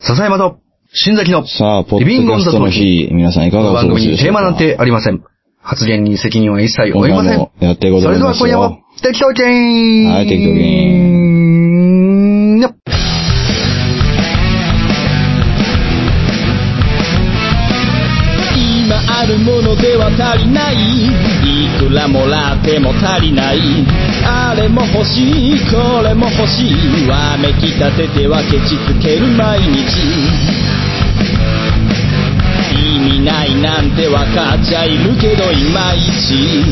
笹山と、新崎の、さあ、ポッドキャストの日、皆さんいかこのがお過番ご組しでにしょテうーかマなんてありません。発言に責任は一切負今いま夜せんも。やってごそざれいではます今夜よも。、適当ゲーンはい適当ゲーン今あるものでは足りないいくらもらっても足りないあれも欲しいこれも欲しいわめきたててはケチつける毎日意味ないなんてわかっちゃいるけどいまいち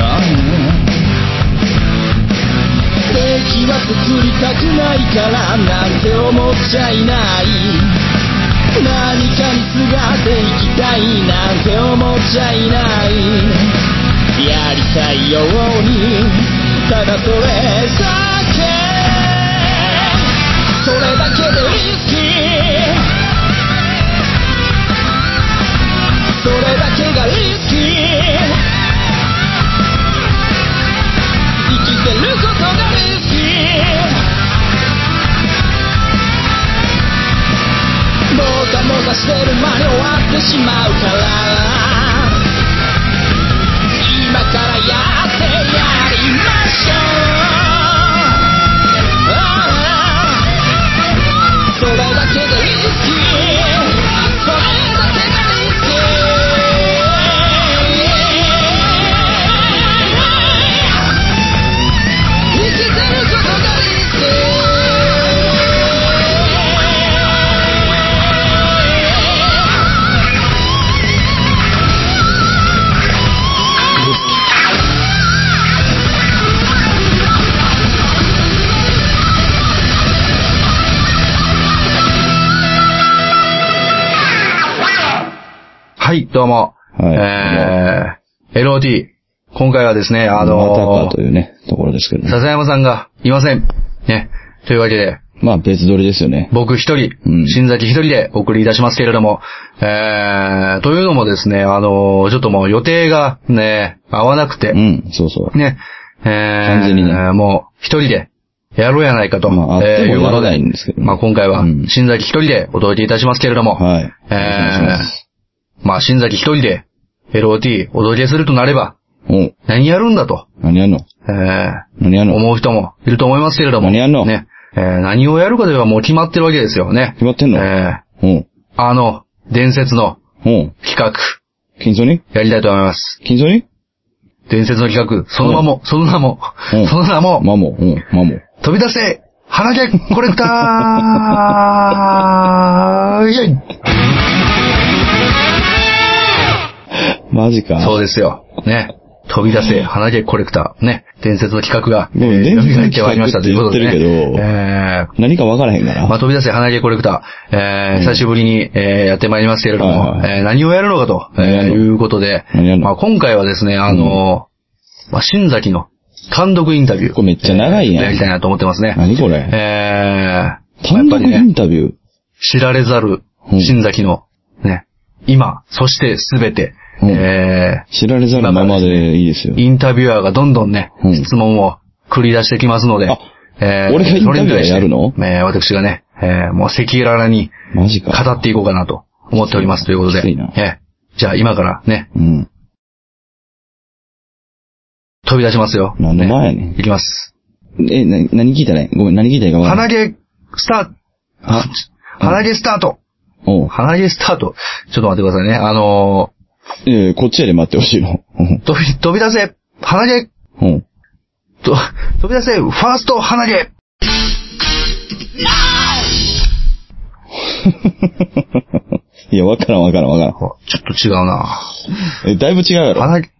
ああ敵は作りたくないからなんて思っちゃいない何かにすがっていきたいなんて思っちゃいないやりたいようにただそれだけそれだけでリスキーそれだけがリスキー生きてることがリスキーもたもたしてる間に終わってしまうから今からやってやりましょうああそれだけでリスキーそれだけがリスキー生きてることがリスキーはい、どうも。はえいー、LOT。今回はですね、あまたのかというね、ところですけどね。笹山さんがいません。ね。というわけで、まあ、別撮りですよね。僕一人、うん新崎一人でお送りいたしますけれども、えー、というのもですね、あのーちょっともう予定がね、合わなくて、うん、そうそう。ね、えー、完全にねもう一人でやろうやないかと、まああってもえーいうこやらとないんですけどねまあ今回はうん新崎一人でお届けいたしますけれども、はい。よろしくおえ願いします。ー、まあ新崎一人で LOT お届けするとなれば、お何やるんだと、何やんのえー、何やんの思う人もいると思いますけれども。何やんのね。えー何をやるかではもう決まってるわけですよね。決まってんのえおうーあの、伝説のおう企画、金蔵にやりたいと思います。金蔵に伝説の企画、その名も、その名も、うんその名も、マモ、うん、マモ。飛び出せ、花毛コレクターイェイマジか。そうですよ。ね。飛び出せ、花毛コレクター。ね。伝説の企画が、でも伝説の企蘇って画まいりましたということで、ね。って言ってるけどえー何かわからへんかまあ、ら。飛び出せ花毛コレクター、えー久しぶりに、えーやってまいりますけれども、はいはいえー何をやるのかと、えー何やるのいうことで、何やるのまあ、今回はですね、あのーまあ、新崎の単独インタビュー。これめっちゃ長いやんえーやりたいなと思ってますね。何これえー、まあや単っぱ独りインね、タビュー。知られざるうん新崎の、ね、今、そしてすべて、うんえ知られざるままでいいですよー、。インタビュアーがどんどんね、うん質問を繰り出してきますのであ、え俺がインそタビュアーれに対してやるのえー私がね、えーもう赤裸々に、マジか。語っていこうかなと思っておりますということで。きついなええじゃあ今からね、うん。飛び出しますよ。何の前やねねんいきます。え、な、何聞いたらいいごめん、何聞いたらいいかわから鼻ん。毛、スタートあ、鼻毛スタートおう。鼻毛スタートちょっと待ってくださいね。あのえー、こっちやで待ってほしいの。 うんー、飛び、飛び出せ鼻毛うん。と、飛び出せファースト鼻毛いや、わからんわからんわからん。おちょっと違うなえ、だいぶ違うやろ。鼻毛、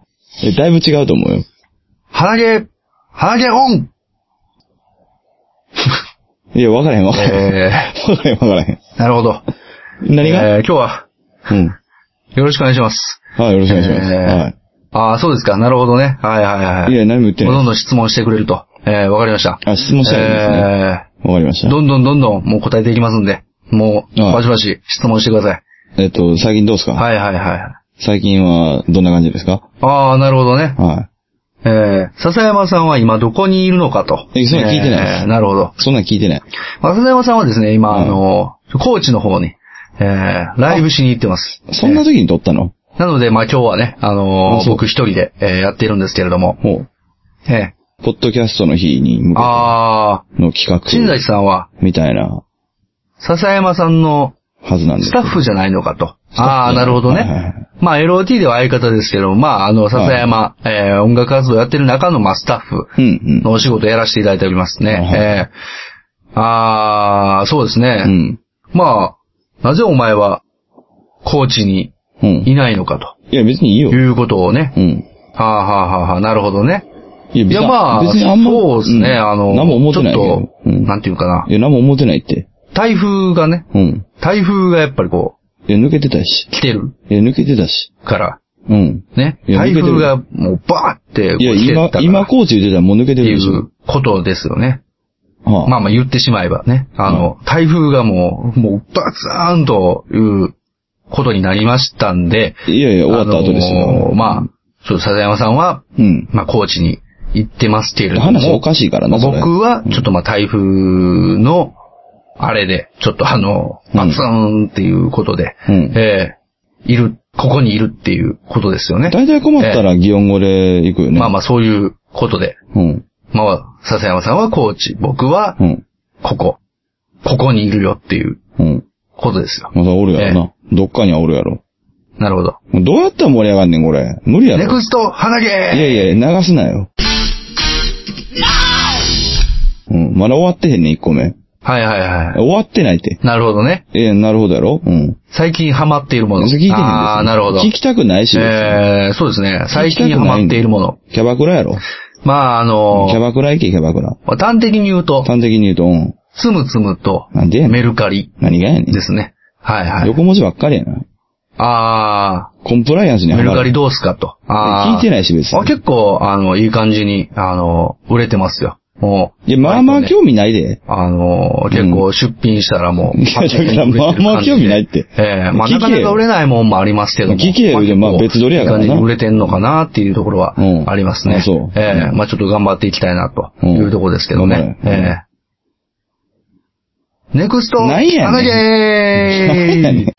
え、だいぶ違うと思うよ。鼻毛、鼻毛オンいや、わからへんわからへん。え わからへんわからへん。 ー、なるほど。何が、えー、今日はうん。よろしくお願いします。はい、よろしくお願いします。えーああ、そうですか。なるほどね。はいはいは。はいい。いや、何も言ってもうなどい。んどん質問してくれると。えー、わかりました。あ、質問したらいいんですね。わ、えかりましーた。どんどんどんどんもう答えていきますんで、もう、はいバシバシ質問してください。えっと、最近どうですか、はいはいはい。最近は、どんな感じですかああ、なるほどね。はえー、笹山さんは今どこにいるのかと。えそんなの聞いてないですえーなるほど。い。そんなん聞いてない。まあ笹山さんはですね、今、うんあの、高知の方に、えー、ライブしに行ってます。そんな時に撮ったのなので、まあ今日はね、あのあーそう僕一人で、えーやっているんですけれども、ほう。ええポッドキャストの日に向けてあの企ー、新画崎さんは、みたいな笹山さんのはずなんですスタッフじゃないのかと。タッフああ、なるほどはいはいはねい。まあ LOT では相方ですけど、まああの、笹山、えー音楽活動やってる中の、まあスタッフうんうん。のお仕事やらせていただいておりますね。はいえー、ああ、そうですね。うん。まあ、なぜお前は、高知にうん。いないのかと。いや、別にいいよ。いうことをね。うん。はあ、はあはあはあ、なるほどね。いや、い別や、に、まあ、別にあんま、そうですね、んあの、何も思ってないちけょっど。と、うん。なんていうかな。いや、何も思ってないって。台風がね、うん。台風がやっぱりこいや、抜けてたしう、。来てるいや、抜けてたし。から、うん。ね。いや台風がもうバーってこういや、来て今たか、ら今、コーチ言ってたらもう抜けってているでしょ。うことですよね。はあ、まあまあ言ってしまえばね。あの、台風がもう、もうバツーンということになりましたんで、いやいや、終わった後ですよ。あのーまあ、ちょっと笹山さんは、うん。まあ、高知に行ってますけれども。話おかしいからな、それ。僕は、ちょっとまあ、台風の、あれで、ちょっとあの、うんパツーンっていうことで、うんええいる、ここにいるっていうことですよね。大体困ったら擬音語で行くよね。まあまあ、そういうことで。うん。まあ、笹山さんは高知、僕はう、ん。ここ、ここにいるよっていううん。ことですよ。まだおるやろな。どっかにはおるやろ。なるほど。どうやったら盛り上がんねん、これ。無理やネろ。クスト、花毛いやいや、流すなよ。うん。まだ終わってへんねん、1個目。はいはいは終わってないって。い。なるほどね。ええ、なるほどやろうん。最近ハマっているもの。それ聞いてへんですよああ、なるほど。聞きたくないし、別にえー、そうですね。最近ハマっているもの。キャバクラやろまあ、あキャのバクラ行け、キャバクラ。端的に言うと、端的に言うと、うん。つむつむと、なんでやねん。メルカリ何がやねん。ですね。はいはい。横文字ばっかりやな。あコンプライアンスー、にメはルまカリる。どうすかと。あー聞いてないし、別あに。結構、あの、いい感じに、あの、売れてますよ。もう。いや、まあまあ割とね興味ないで。あの、結構出品したらもう。いや、だからまあまあ興味ないって。ええまあな聞けかよなか売れないもんもありますけども。聞けよでまあ結構別撮りやからないい感じに売れてんのかなっていうところはうんありますね。あそうええうんまあちょっと頑張っていきたいなとうんいうところですけどね。頑張れうんええネクスト、なんやねんね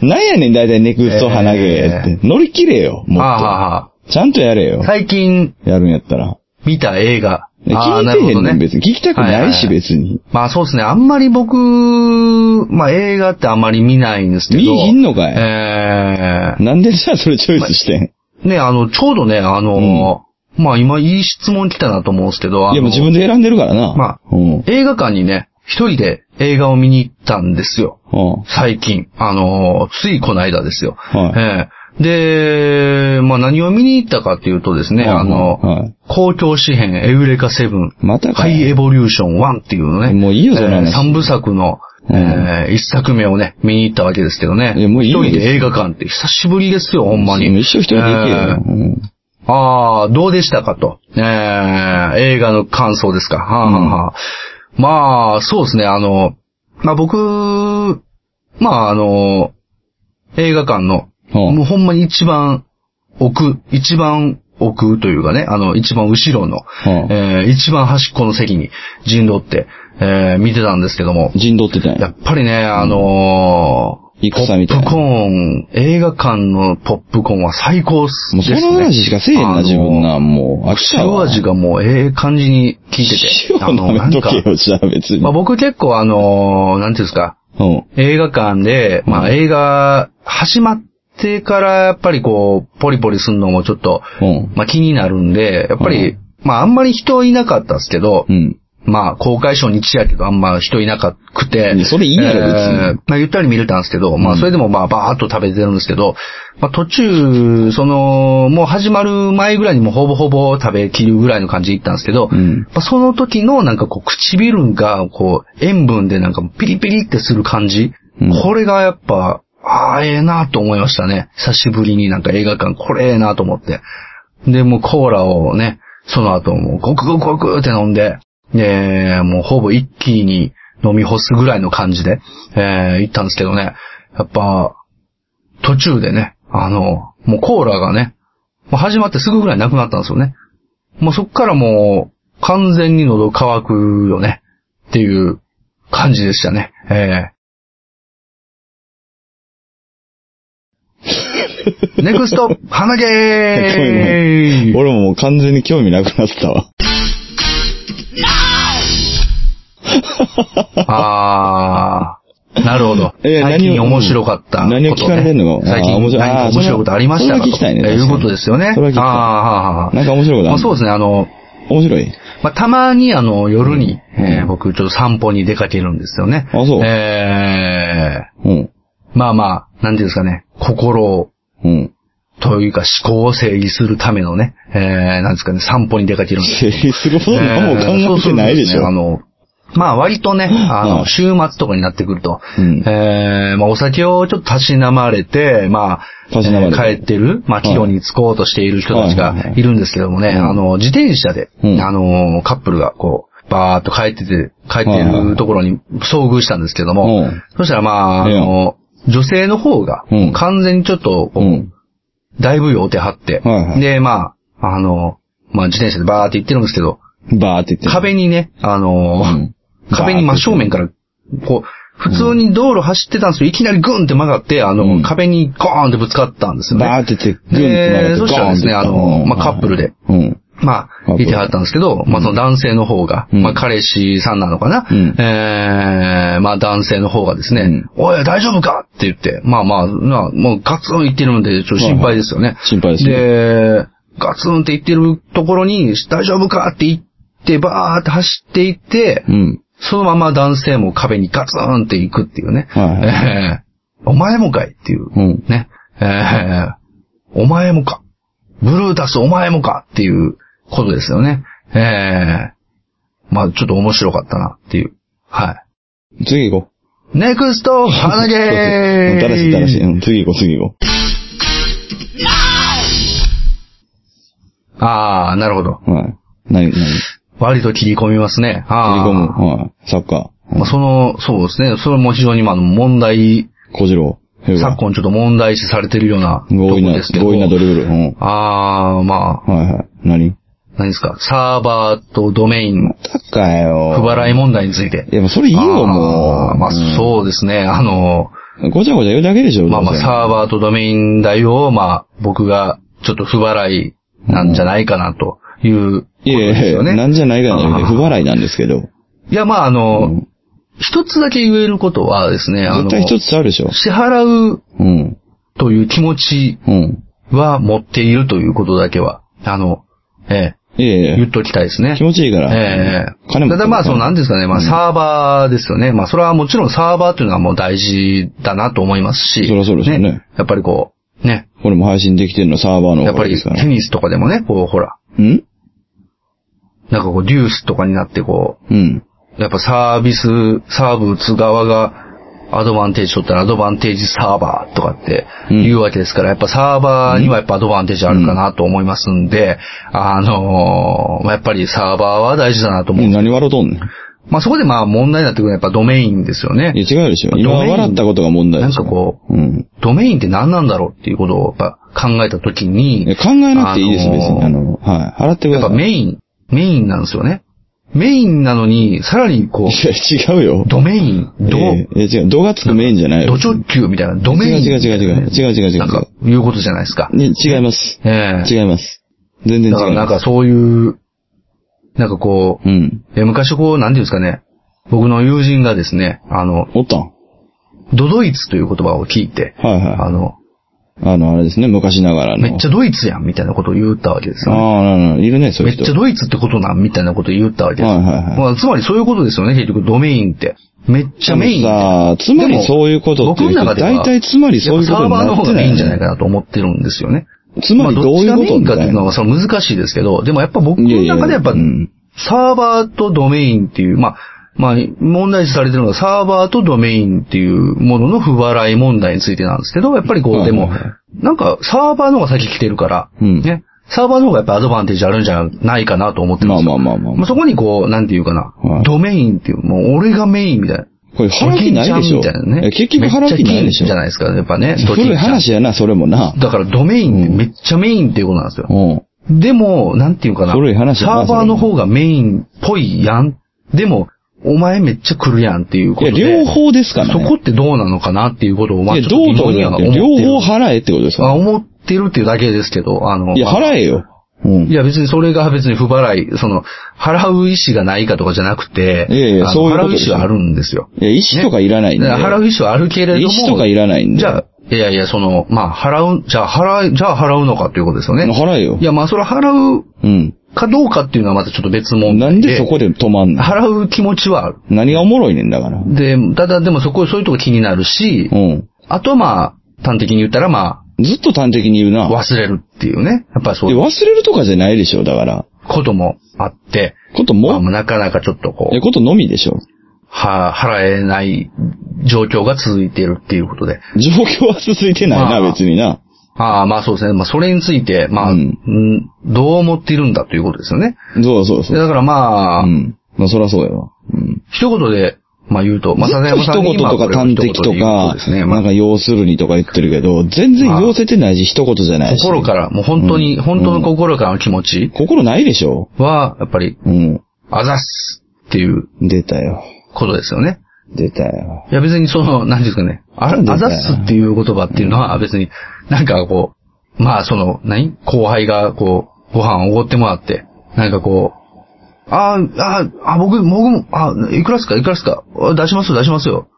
なんやねんなんやねん、だいたいネクスト鼻毛って。乗り切れよ、 もはあはっあはと。ちゃんとやれよあ。最近やるんやったら。見た映画。いやああ、聞ないるてほへどんねん、ね。別に。聞きたくないし、はいはいはい別に。まあそうですね。あんまり僕、まあ映画ってあんまり見ないんですけど。見えひんのかいええなんでじゃあそれチョイスしてんね、あの、ちょうどね、あの、まあ今いい質問来たなと思うんですけど、あのいや、もう自分で選んでるからな。まあうん。映画館にね、一人で映画を見に行ったんですよ。うん。最近。あの、ついこの間ですよ。はい。ええで、まあ何を見に行ったかっていうとですね、うんあの、はい公共紙幣エウレカセブン、またかハよ。イエボリューション1っていうのね。もういいよその話えー三部作の、うんえー一作目をね、見に行ったわけですけどね。いやもういいよ一人で映画館って久しぶりですよ、ほんまに。もう一生一人で行けよ。えーうんああ、どうでしたかと。えー、映画の感想ですか。はあ、はあはあまあ、そうですね、あの、まあ僕、まああの、映画館の、うんもうほんまに一番奥、一番奥というかね、あの、一番後ろの、うんえー一番端っこの席に陣取って、えー見てたんですけども、陣取ってたんややっ。ぱりね、あのーポ戦みたいッなプコーン、映画館のポップコーンは最高っすもうね。その話しかせえへんあのな、ー自分な。もう、飽きた塩わ。味がもうええ感じに効いてて。 塩あの舐めとけよ、じゃあ別に。まあ、僕結構あのーなんていうんですか、うん。映画館で、まあ、映画始まってからやっぱりこう、ポリポリするのもちょっと、うん。まあ、気になるんで、やっぱり、うんまあ、あんまり人いなかったですけど、うん。まあ、公開初日やけど、あんま人いなかくていや。それいいやろ別にえーまあ、ゆったり見れたんですけど、まあ、それでもまあ、ばーっと食べてるんですけど、まあ、途中、その、もう始まる前ぐらいにもうほぼほぼ食べきるぐらいの感じで行ったんですけど、うん。まあ、その時のなんかこう、唇がこう、塩分でなんかピリピリってする感じ。うんこれがやっぱ、ああ、ええなと思いましたね。久しぶりになんか映画館、これええなと思って。で、もうコーラをね、その後もうゴクゴクゴクって飲んで、で、もうほぼ一気に飲み干すぐらいの感じで、えー、行ったんですけどね。やっぱ、途中でね、あの、もうコーラがね、もう始まってすぐぐらいなくなったんですよね。もうそっからもう、完全に喉乾くよね。っていう感じでしたね。えーネクスト、花毛ー俺ももう完全に興味なくなっ たわ。あー。なるほど。え最ー何近を面白かったこと、ね。何を聞かれてんのか最近あー面白い何かあー面白いことありましたかそれは聞きたいねということですよね。それは聞きたいあーはーはーなんか面白いことまああるそうですね、あの、面白いまあ、たまにあの、夜に、うんえー僕、ちょっと散歩に出かけるんですよね。あそうえうん。ー、まあまあ、なんていうんですかね、心を、うん。というか思考を整理するためのね、えー、なんですかね、散歩に出かけるんです。整理するほど何も考えてないでしえーそうするとすねあょ。の、まあ割とね、あうの、ん週末とかになってくると、うんえー、まあお酒をちょっとたしなまれて、まあ、たしなまれてえー帰ってる、まあ帰路に着こうとしている人たちはいはいがはいいるんですけどもね、うんあの、自転車で、うんあの、カップルがこう、バーっと帰ってて、帰ってはいはいはるいところに遭遇したんですけども、うんそしたらまあ、あええやんの、女性の方がうん、完全にちょっとこう、うん。だいぶ酔うてはって、はいはいで、まあ、あの、まあ自転車でバーって行ってるんですけど、バーって言って。壁にね、あのーうん壁に真正面から、こう、普通に道路走ってたんですけど、いきなりグンって曲がって、あの、うん壁にゴーンってぶつかったんですよね。バーって言って、グンってなで、るそしたらですね、あの、まあ、カップルで、うん。まカッあ、プルいてはったんですけど、まあ、その男性の方が、うんまあ、彼氏さんなのかな、うんえー、まあ、男性の方がですね、うんおい、大丈夫かって言って、まあまあ、なもうガツン言ってるんで、ちょっと心配ですよね。心配ですねで、ガツンって言ってるところに、大丈夫かって言って、バーって走っていって、うん。そのまま男性も壁にガツンって行くっていうね。はいはいえー お前もかいっていうう、ん。ね。えーお前もか。ブルータスお前もかっていうことですよね。えーまあちょっと面白かったなっていう。は次行こう。い。ネクスト、花毛そうそうだらしいだらしい。うん、次行こう、次行こああ、なるほど。う。はい。何、何切り割と切り込みますね。あー込む。はい。サッカー。まあ、その、そうですね。それも非常にまあ問題、小次郎。ヘルガー昨今ちょっと問題視されてるようなと強こ引な、ですけど。強引なドリブル。うん。ああ、まあ、はいはい。何何ですか。サーバーとドメイン、サッカーよ。不払い問題について。いや、もうそれいいよ、もあう。ーまあ、うそうですね。あの、ん。ごちゃごちゃ言うだけでしょ、まあまあ、あ、サーバーとドメイン代を、まあ、僕が、ちょっと不払いなんじゃないかな、という、こといやですいよや、ね。なんじゃないかな、あー不払いなんですけど。いや、まあ、あうのん、一つだけ言えることはですね、あ絶の、対一支つあるでしょ。払ううん。という気持ちうん。は持っているということだけは、あの、えいやいえ、や言っときたいですね気。持ちいいから。ええ金も。ただまあ、そうなんですかね、まあ、うんサーバーですよね。まあ、それはもちろんサーバーというのはもう大事だなと思いますし。そりゃそうですよねやっぱりこう、ね。これも配信できてるのサーバーのやおっぱかりげですからテ。ニスとかでもね、こう、ほら、うんなんかこう、デュースとかになってこうん。う、やっぱサービス、サーブ打つ側が、アドバンテージ取ったらアドバンテージサーバーとかってうん言うわけですから、やっぱサーバーにはやっぱアドバンテージあるかなと思いますんで、あのーまあやっぱりサーバーは大事だなと思う。何笑うとんねん。まあそこでまあ問題になってくるのはやっぱドメインですよね。いや、違うでしょ。今ドメイン笑ったことが問題なでんしょ。かこう、うん。ドメインって何なんだろうっていうことをやっぱ考えたときにいや、考えなくていいです、あのー別に。あの、はい。払ってくやだっさぱい。メイン、メインなんですよね。メインなのに、さらにこう、いや、違うよ。ドメイン、ド、ええいや違う。度がつくメインじゃないよド。直球みたいな、ドメイン。違う違う違う違う違う違う違うなんか、いうことじゃないですか。ね違います。ええ違います。全然違いだまかす。らなんかそういう、なんかこううん。、え昔こう、なんていうんですかね、僕の友人がですね、あの、おったんドドイツという言葉を聞いて、はいあはの、い。あの、あれですね、昔ながらの。めっちゃドイツやん、みたいなことを言ったわけですよね。ああ、なるほどいるね、そうめいうっ人。ちゃドイツってことなんみたいなことを言ったわけですよ。はいはいはいまあ、つまりそういうことですよね、結局、ドメインって。めっちゃメインみたいな。さあ、つまでりもそういうことっ僕てのいう中と、では、大体つまりそういうことやっにぱサーバーのな方ってがないい。いんじゃないかなと思ってるんですよね。つまりどういうまあどっちがメイことンみかってたいういのな。はその難しいですけど、でもやっぱ僕の中でやっぱ、うんサーバーとドメインっていう、まあ、まあ、問題視されてるのがサーバーとドメインっていうものの不払い問題についてなんですけど、やっぱりこう、はいでもはいはい、なんかサーバーの方が先来てるから、うんね、サーバーの方がやっぱアドバンテージあるんじゃないかなと思ってるんまであすよ。まあまあまあまあ、まそこにこう、なんていうかな、はいドメインっていう、もう俺がメインみたいな。あ。これ払う気ないでしょ。ドキンちゃんみたいなね。え結局払う気ないでめっしちゃ金ょじゃ。ないですか、やっぱね。ドキンち古ゃいん話やな、それもな。だからドメインってめっちゃメインっていうことなんですよ。うん。でも、なんていうかな。古い話だサなーバーの方がメインっぽいやん。でも、お前めっちゃ来るやんっていうこいや、とで。両方ですからそね。こってどうなのかなっていうことを、まあ、いちや、ょっどとうと疑か問にじゃはな思っくてて、る。両方払えってことですあか思ってるっていうだけですけど、あの。いや、まあ払えよ。うん。いや別にそれが別に不払い、その、払う意思がないかとかじゃなくて、いやいやあのそういうこと払うで意す思よはあるんですよ。いや、石とかいらないんで。だから払う意思はあるけれども、意思とかいらないんで。じゃあ、いやいや、その、まあ、払う、じゃあ払う、じゃあ払うのかっていうことですよね。払えよい。や、まあ、それは払ううん。かどうかっていうのはまたちょっと別問なん題で。でそこで止まんの払う気持ちはある。何がおもろいねんだから。で、ただでもそこ、そういうとこ気になるし、うん。あとはまあ、端的に言ったらまずっと端的に言うあ、な。忘れるっていうね。やっぱそういやいう忘れるとかじゃないでしょ、だから。こともあって、ことまあ、も、なかなかちょっとこえ、う、ことのみでしょ。は、払えない状況が続いているっていうことで。状況は続いてなまあいな、別にな。ああ、まあそうですね。まあそれについて、まあ、ううんん、どう思っているんだということですよね。そうそうそう。だからまあ、うん。まあ、そらそうやわ。うん。一言で、まあ言うと、まあ、ずっと笹山一言さんとにか端的とまあこれを一言で言うこかとです、ねまなあんか要するにとか言ってるけど、全然要せてないし、一言じゃないし。心から、もう本当に、うん本当の心からの気持ち心ないでしょ。は、やっぱり、うん。あざっすっていう出たよ。ことですよね。出たよ。いや別にその、なんていうんですかね、あなんであざっすっていう言葉っていうのは別に、なんかこう、まあその、何後輩がこう、ご飯おごってもらって、なんかこう、あーあー、あ、僕、僕も、あ、いくらっすか、いくらっすか、あ出しますよ、出しますよ。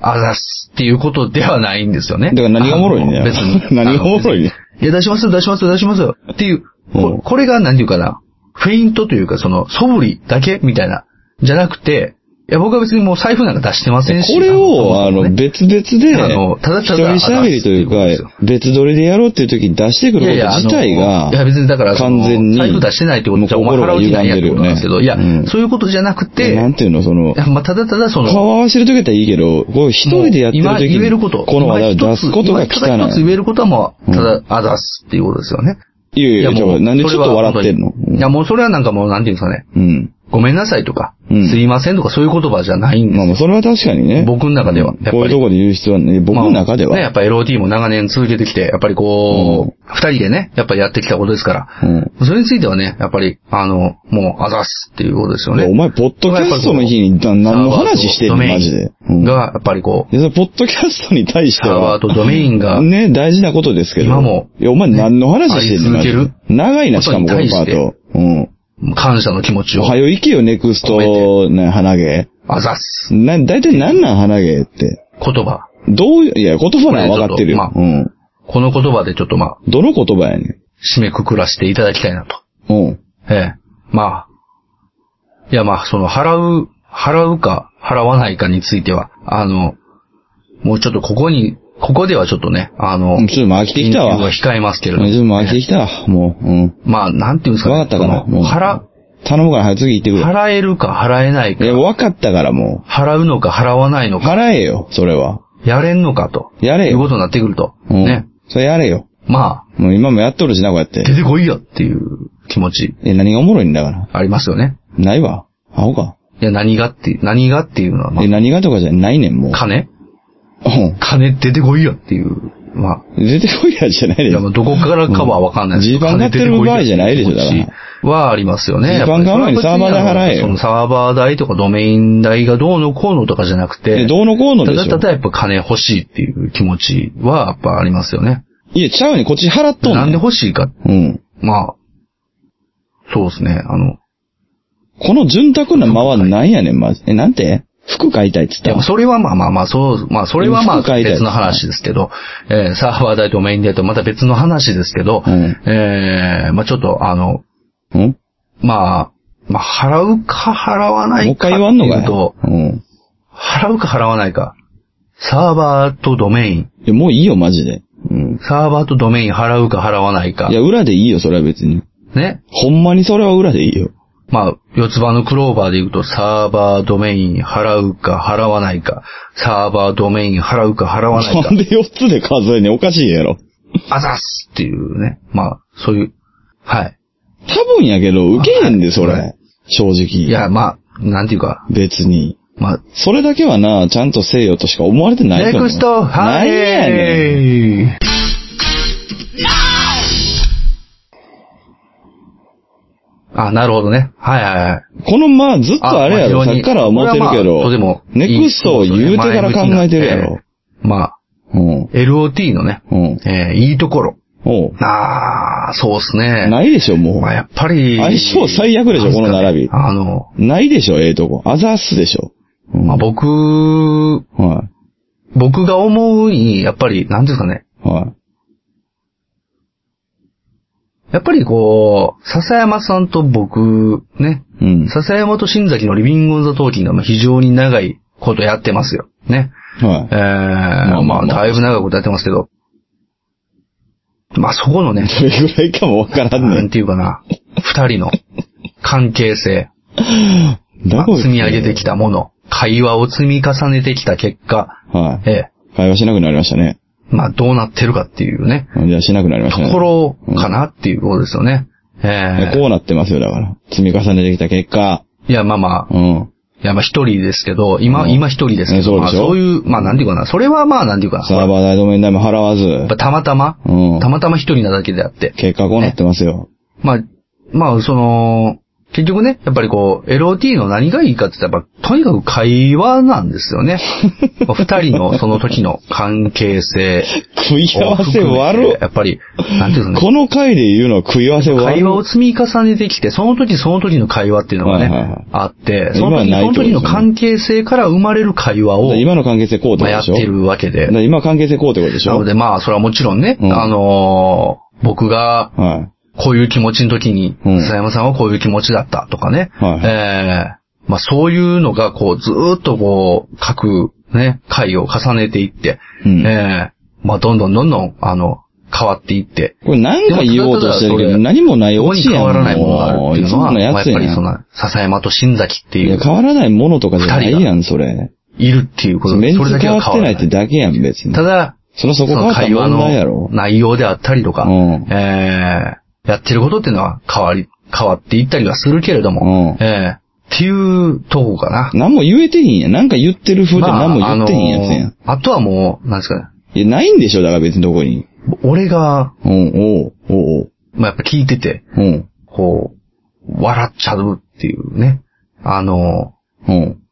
あざっすっていうことではないんですよね。だから何がおもろいね。あの別に 何がおもろいねあの別にいや、出しますよ、出しますよ、出しますよ。っていう、うんここれが何て言うかな。フェイントというか、その、素振りだけみたいな。じゃなくて、いや、僕は別にもう財布なんか出してませんし。これを、あのの、別々で、あのただた一だ人喋りというあ出すっていうこか、別撮りでやろうっていう時に出してくること自体いや、が、別にだから、完全にその財布出してないってことじゃ、おもう前心払がう気ないやんってことなんですけど、い歪やんでるよねうん、そういうことじゃなくて、なんていうの、そのい、やまあ、ただただその、顔合わせる時だったらいいけど、こう一人でやってる今時言えるに、こと。この話題を出すことが今汚一つ今一つい言。えることはもう、ただ、あざすっていうことですよね。いやいや、ちょもうなんでちょっと笑ってんのそれは本当にいや、もうそれはなんかもう、なんていうんですかね。うん。ごめんなさいとか、うんすいませんとか、そういう言葉じゃないんですまあよ。まあ、それは確かにね。僕の中ではやっぱりこういうとこで言う必要はね、僕の中でまあね、やは。っぱ LOT も長年続けてきて、やっぱりこう、二、人でね、やっぱりやってきたことですから、うんそれについてはね、やっぱり、あの、もう、あざっすっていうことですよいやおね。前、ポッドキャストの日に何の話してんの、サーバーとドメインマジで。うんが、やっぱりこで、そのポッドキャストに対してう、サーバはー、とドメインが、ね、大事なことですけど。今もいや、お前何の話してんの、あり続マジで長いな、しかもことこのに対パしてート。うん。感謝の気持ちおを、はよう行けよ、ネクスト、ね、鼻毛。あざっす、な、大体何なん鼻毛って。言葉。どう、いや、言葉なら分かってるよ。こうん。この言葉でちょっとまあ、どの言葉やね締めくくらせていただきたいなと。ん。うん。ええ。まあ。いやまあ、その、払う、払うか、払わないかについては、あの、もうちょっとここに、ここではちょっとね、あの、ちょっともう飽きてきたわ。言及が控えますけれどもちょっともう飽きてきたわ。もう、うん。まあ、なんていうんですかね。わかったかなそのもう払、頼むから、はい、次行ってく払えるか払えないかれ。い、や、分かったからも払うのか払わないのう。か、払えよ、それは。やれんのかと、やれいうよこ。とになってくると、うん。ね。それやれよ。まあ、もう今もやっとるしな、こうやって。出てこいよっていう気持ち、え、何がおもろいんだから。ありますよね。ないわ。アホか。いや、何がって、何がっていうのは、まえ、あ、何がとかじゃないねん、もう。金うん金出てこいよっていう、まあ、出てこいやじゃないでいしや、ょ。もうどこからかはわかんないですけど。うんジーパン買ってる場合じゃないでしょだからら。はありますよね。ジーパン買う前やっぱりにサーバー代払えよそのサーバー代とかドメイン代がどうのこうのとかじゃなくて、え、どうのこうのたでだしたょ。だやっぱ金欲しいっていう気持ちはやっぱありますよね。いや、ちゃうね、こっち払っとんねなんで欲しいか。うん。まあ、そうですね。あの、この潤沢な間は何やねん、まず。え、なんて服買いたいっつっいたやわ。それはまあまあまあ、そう、まあそれはまあ服買いたい別の話ですけど、えーサーバー代ドメイン代とまた別の話ですけど、うんえーまあちょっとあの、うんまあ、まあ、払うか払わなもうい一かっ回て言わんのかいいうと、うん。払うか払わないか。サーバーとドメイン。いや、もういいよ、マジで。うん。サーバーとドメイン払うか払わないかい。や、裏でいいよ、それは別に。ね。ほんまにそれは裏でいいよ。まあ、四つ葉のクローバーで言うと、サーバー、ドメイン、払うか払わないか。サーバー、ドメイン、払うか払わないなかん。で4つで数えんねんおかしいやろ。あざっすっていうね。まあ、そういう。はい。多分やけど、受けへんで、そはれ。正直。いや、まあ、なんていうか。別に。まあ、それだけはな、ちゃんとせえよとしか思われてないネと思う。クスト、なはいい。やねん。あ、なるほどね。はいはいはい。このまあずっとあれやろ、まさあっ非常きにから思ってるけこれはまあとてども、ネクストを言うてから考えてるやろ。。まあ、うん。 LOT のね、うん。えーいいところ。おうああ、そうっすね。ないでしょ、もまあ、やっぱり。相性最悪でしょこの並びあの、う。ないでしょ、ええとこ。アザースでしょ。うんまあ、僕、は僕が思うに、やっぱり、なんていうんですかね。い。はやっぱりこう、笹山さんと僕、ね。い。うん。笹山と新崎のリビング・オン・ザ・トーキングがまあ非常に長いことやってますよ。ね。はえー、あままああ、だいぶ長いことやってますけど。まあ、そこのね、い。どれぐらいかもわからんなねんん。ていうかな、二人の関係性、まだあ積み上げてきたもの、会話を積み重ねてきた結果、た。はええ、い。会話しなくなりましたね。まあ、どうなってるかっていうね、じゃあしなくなりまとしたね。ころかなっていうことですよね。えこうなってますよ、だから。積み重ねてきた結果。え、いや、まあまあ、うん。いや、まあ一人ですけど、今、うん今一人ですけねど、そうでまあしょそういう、まあなんていうかな、それはまあなんていうかな、サーバー代、ドメイン代も払わず。やっぱたまたま、うん。たまたま一人なだけであって、結果こうなってますよ。まあ、まあ、その、結局ね、やっぱりこう、LOT の何がいいかって言ったら、やっぱとにかく会話なんですよ ね。まあ二人のその時の関係性食 い合をわせ含めて。悪っやっぱり、なんていうんですかね。この回で言うのは食い合わせ悪会い話を積み重ねてきて、その時その時の会話っていうのがね、はいはいはいあって、その時今はないそっのてことです時よねの関係性から生まれる会話を、今の関係性こうってこまあとやっでしてょるわけでだか。ら今関係性こうってことでしなょのはでまあ、それはもちろんね、うんあのー僕がい。こういう気持ちの時に、うん笹山さんはこういう気持ちだったとかね。はいはいえーまあそういうのがこうずーっとこう、各ね、回を重ねていって、うんえーまあどんどんどんどん、あの、変わっていって、これ何か言おうとしてるけど、何もないどこオにチや変ん。わらないものがあるっていうのは、もういつものまやあつやっやぱりそん。の、笹山と新崎っていいや、う、変わらないものとかじゃない二人やん、それ。いるっていうことメンツそれだけ変はわ変ってわならないってい。だけやん、別に。ただ、そのそこ変わった会話問題やのろ。内容であったりとか、うんえーやってることっていうのは変わり、変わっていったりはするけれども、うんえーっていうとこかな。何も言えてへんやん。なんか言ってる風で何も言ってへんやつやん。まああのーあとはもう、なんですかね、いや、ないんでしょ、だから別にどこに。俺が、うん、おう、おう、まあ、やっぱ聞いてて、おう、うん、こう、笑っちゃうっていうね。あのーうん。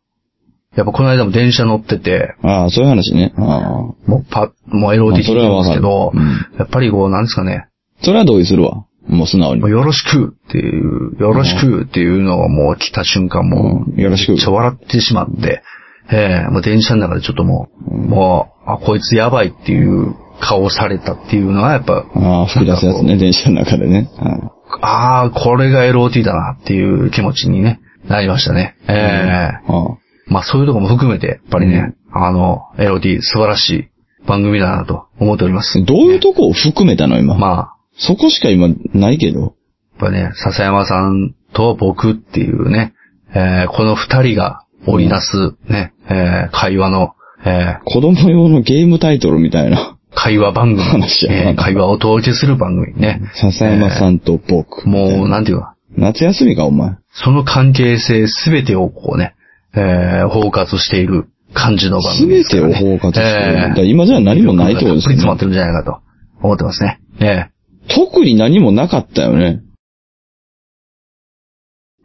やっぱこの間も電車乗ってて、ああ、そういう話ね。ああ。もうパもう LOT 聞いてるんですけどあそれはわかるうん、やっぱりこう、なんですかね、それは同意するわ。もう素直に。もうよろしくっていう、よろしくっていうのがもう来た瞬間もうんよろしくめっちゃ笑ってしまって、ええもう電車の中でちょっともう、もう、あ、こいつやばいっていう顔をされたっていうのはやっぱ、ああ、吹き出すやつね、電車の中でね。あああ、これが LOT だなっていう気持ちにね、なりましたね。えあえああまあそういうとこも含めて、やっぱりね、あの、LOT 素晴らしい番組だなと思っております。どういうとこを含めたの、今。まあ、そこしか今ないけど。やっぱね、笹山さんと僕っていうね、えーこの二人が織り出すね、えー会話の、えー子供用のゲームタイトルみた いな。会話番組、話やなえー会話をお届けする番組ね。笹山さんと僕。もう、なんていうか、夏休みか、お前。その関係性すべてをこうね、えー包括している感じの番す組べですかてらをね。包括してる。だからえー今じゃ何もないってことです魅力がたっぷり詰まねって。るんじゃないかと思ってますね。え特に何もなかったよね。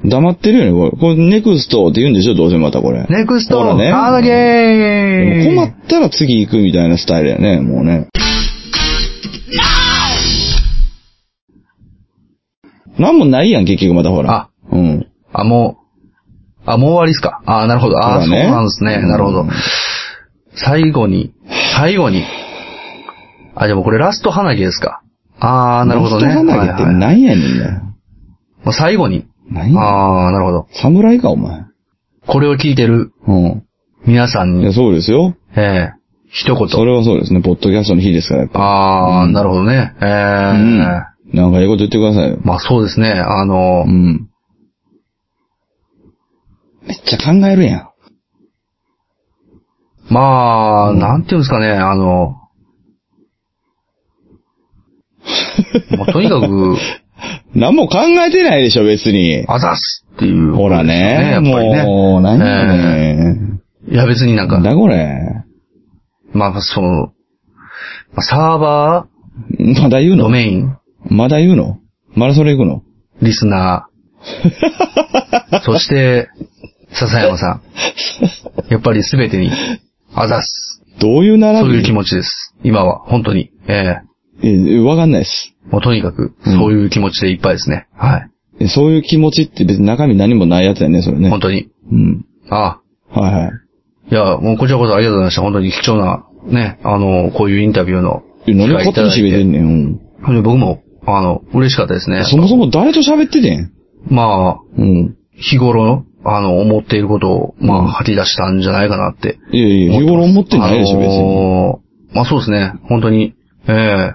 黙ってるよね、これ。これ、ネクストって言うんでしょどうせまたこれ。ーネクスほらト、ねカードゲーでも困ったら次行くみたいなスタイルやね、もうね。なんもないやん、結局またほあら。うん。あ、もう、あ、もう終わりですか。あなるほど。あ、そうそうだねなんですね。なるほうどん。最後に、最後に。あ、でもこれラスト花毛ですか。ああ、なるほどね。ラスト花毛ってはいはいなんやねんだよ。もう最後に。なんやああ、なるほど。侍か、お前。これを聞いてるうん。皆さんいや、に、そうですよ。えー、一そ言。れはそうですね。ポッドキャストの日ですから、やっぱ。ああ、なるほどね。えうーん。なんか英語と言ってくださいよ。まあそうですね。あのう、ん。めっちゃ考えるやん。まあ、なんていうんですかね、あの、 もうとにかく、何も考えてないでしょ、別に。あざっすっていう、ほらね、やっぱりねもう、何やね。いや別になんかなん、だこれ。まあその、まあサーバまだ言うー、ドのメイン、 まだ言うのまだそれ行くのリスナー、 そして、笹山さん。やっぱりすべてに、あざす。どういう並びそういう気持ちです。今は、本当に。ええわかんないです。えもうとにかく、そういう気持ちでいっぱいですね。はい。えそういう気持ちって別に中身何もないやつやね、それね。本当に。うん。ああ。はいはいや、もうこちらこそありがとうございました。本当に貴重な、ね、あの、こういうインタビューのい。機何会いた勝手だにいしめてて。んねん。うんで僕も、あの、嬉しかったですね。そもそも誰と喋っててん。まあ、うん。日頃の、あの、思っていることを、まあ、吐き出したんじゃないかなって。いやいや、日頃思ってないでしょ、別に。あのーまあそうですね、本当に。ええ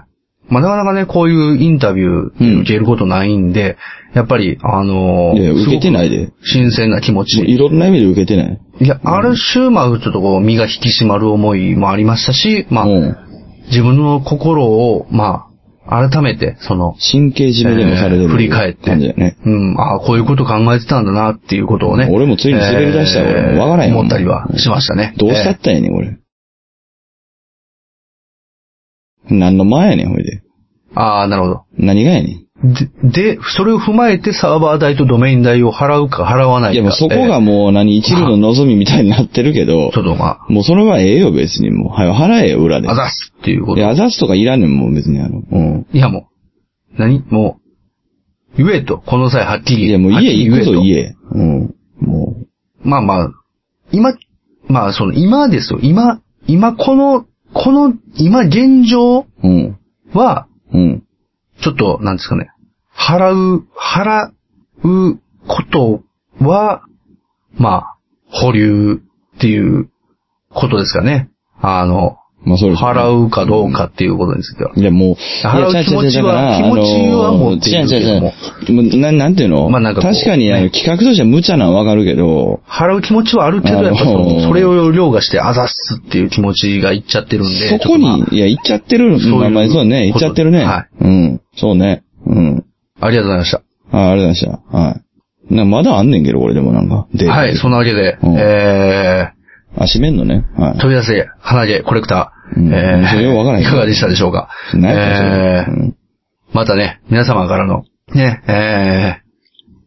まあなかなかね、こういうインタビュうんー受けることないんで、やっぱり、あのーいや、受けてないすごで。く新鮮な気持もういち。ろんな意味で受けてない。いや、ある種、まあ、ちょっとこう、身が引き締まる思いもありましたし、まあ、うん。自分の心を、まあ、改めて、その、神経締めでもされえてる。ー振り返って感じだよね。うん、ああ、こういうこと考えてたんだなっていうことをね。俺もついに滑り出したよ俺もわからへんもん思ったりはしましたね。どうしたえったんやねん、これ。何の前やねん、ほいで。ーああ、なるほど。何がやねで、で、それを踏まえてサーバー代とドメイン代を払うか払わないか。ん。いや、もうそこえがーもう何、一流の望みみたいになってるけどち、ょっとまもうそれはええよ、別に。もう、はい、払えよ、裏であ、あ。ざっすっていうこいと。いや、や、あざすとかいらんねん、もう別にあの。うん。もう、何もう、言えと、この際はっきり。いや、もうはっき家り行くぞ、と。家。うん。もまあまあ、今、まあその、今ですよ。今、今この、この、今現状う。うん。は、うん。ちょっと、なんですかね。払う、払うことは、まあ、保留っていうことですかね。あの、まあ、そうですね。払うかどうかっていうことについては。いや、もう、払ういや違違気持ちだかはら気持ちは持っているけども違う違う違うもうななんていうのまあなんかこう確かに、あの、ね企画としては無茶なのはわかるけど、払う気持ちはある程度やっぱそあのの、それを凌駕してあざっすっていう気持ちがいっちゃってるんで。そこに、ちょっとまいや、行っちゃってる。そういうまあまあ、そうね。行っちゃってるね。はうん。そうね。うん。あありがとうございました。あ、ありがとうございました。はい。なまだあんねんけど、これでもなんか。で、はい、そんなわけで、うんえあ、閉めんのね。はー、飛び出せ、鼻毛、コレクター、うんえそれようわからへー、んいかがでしたでしょうかい。なんやそえれーうんまたね、皆様からの、ね、え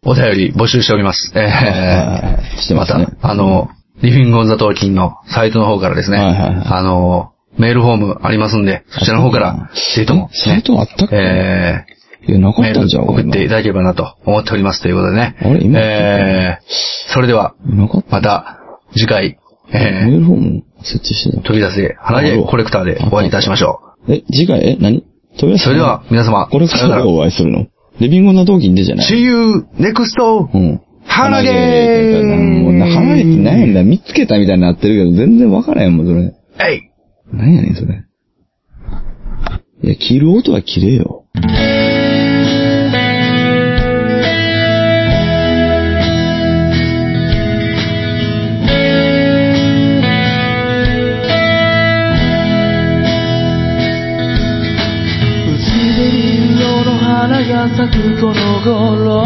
ー、お便り募集しております。えはー、いしてますねた、あの、リフィングオンザトーキンのサイトの方からですね、はいはいはいあの、メールフォームありますんで、そちらの方から、ぜひとも、サイトあったっけえいや、なー、かメっーたんじゃルん、送ってい今ただければなと思っておりますということでね。あれ今えー、それでは、なかった。また、次回、メえールフォーム設置してー、飛び出せ、花毛コレクターでお会いいたしましょた。え、次回、え、何とりあえう。ず。それでは、皆様、これかさようならら。お会いするのレビンゴの同期に出じゃない See you next! うん。鼻毛もうな鼻毛って何やねんな。見つけたみたいになってるけど、全然わからへんもん、それ。えい何やねん、それ。いや、切る音は切れよ。薄紅色の花が咲くこの頃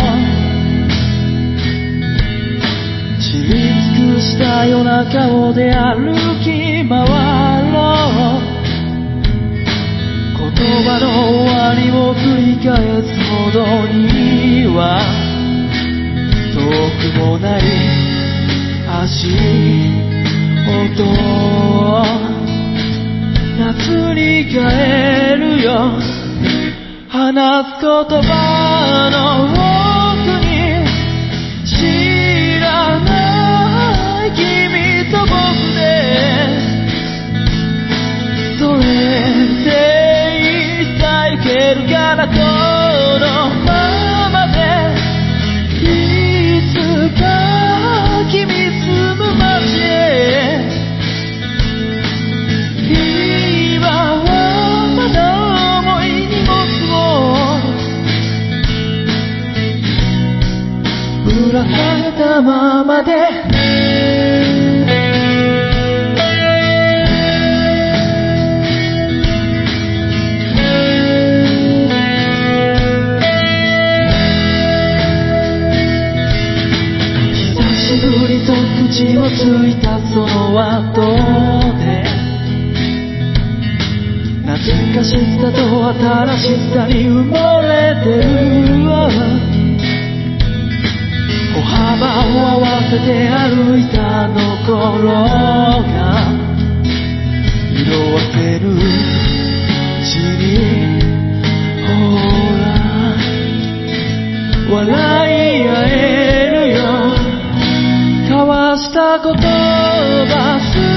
知り尽くした夜中を出歩き回ろう言葉の終わりを繰り返すほどには遠くもない足音を夏に帰るよ話す言葉の奥に知らない君と僕でそれでいさいけるかなこのままでいつか君住む街へ今はまだ重い荷物をぶら下げたままで久しぶりと口をついたその後で懐かしさと新しさに埋もれてるまを合わせて歩いたあの頃が色あせるうちにほら笑い合えるよ交わした言葉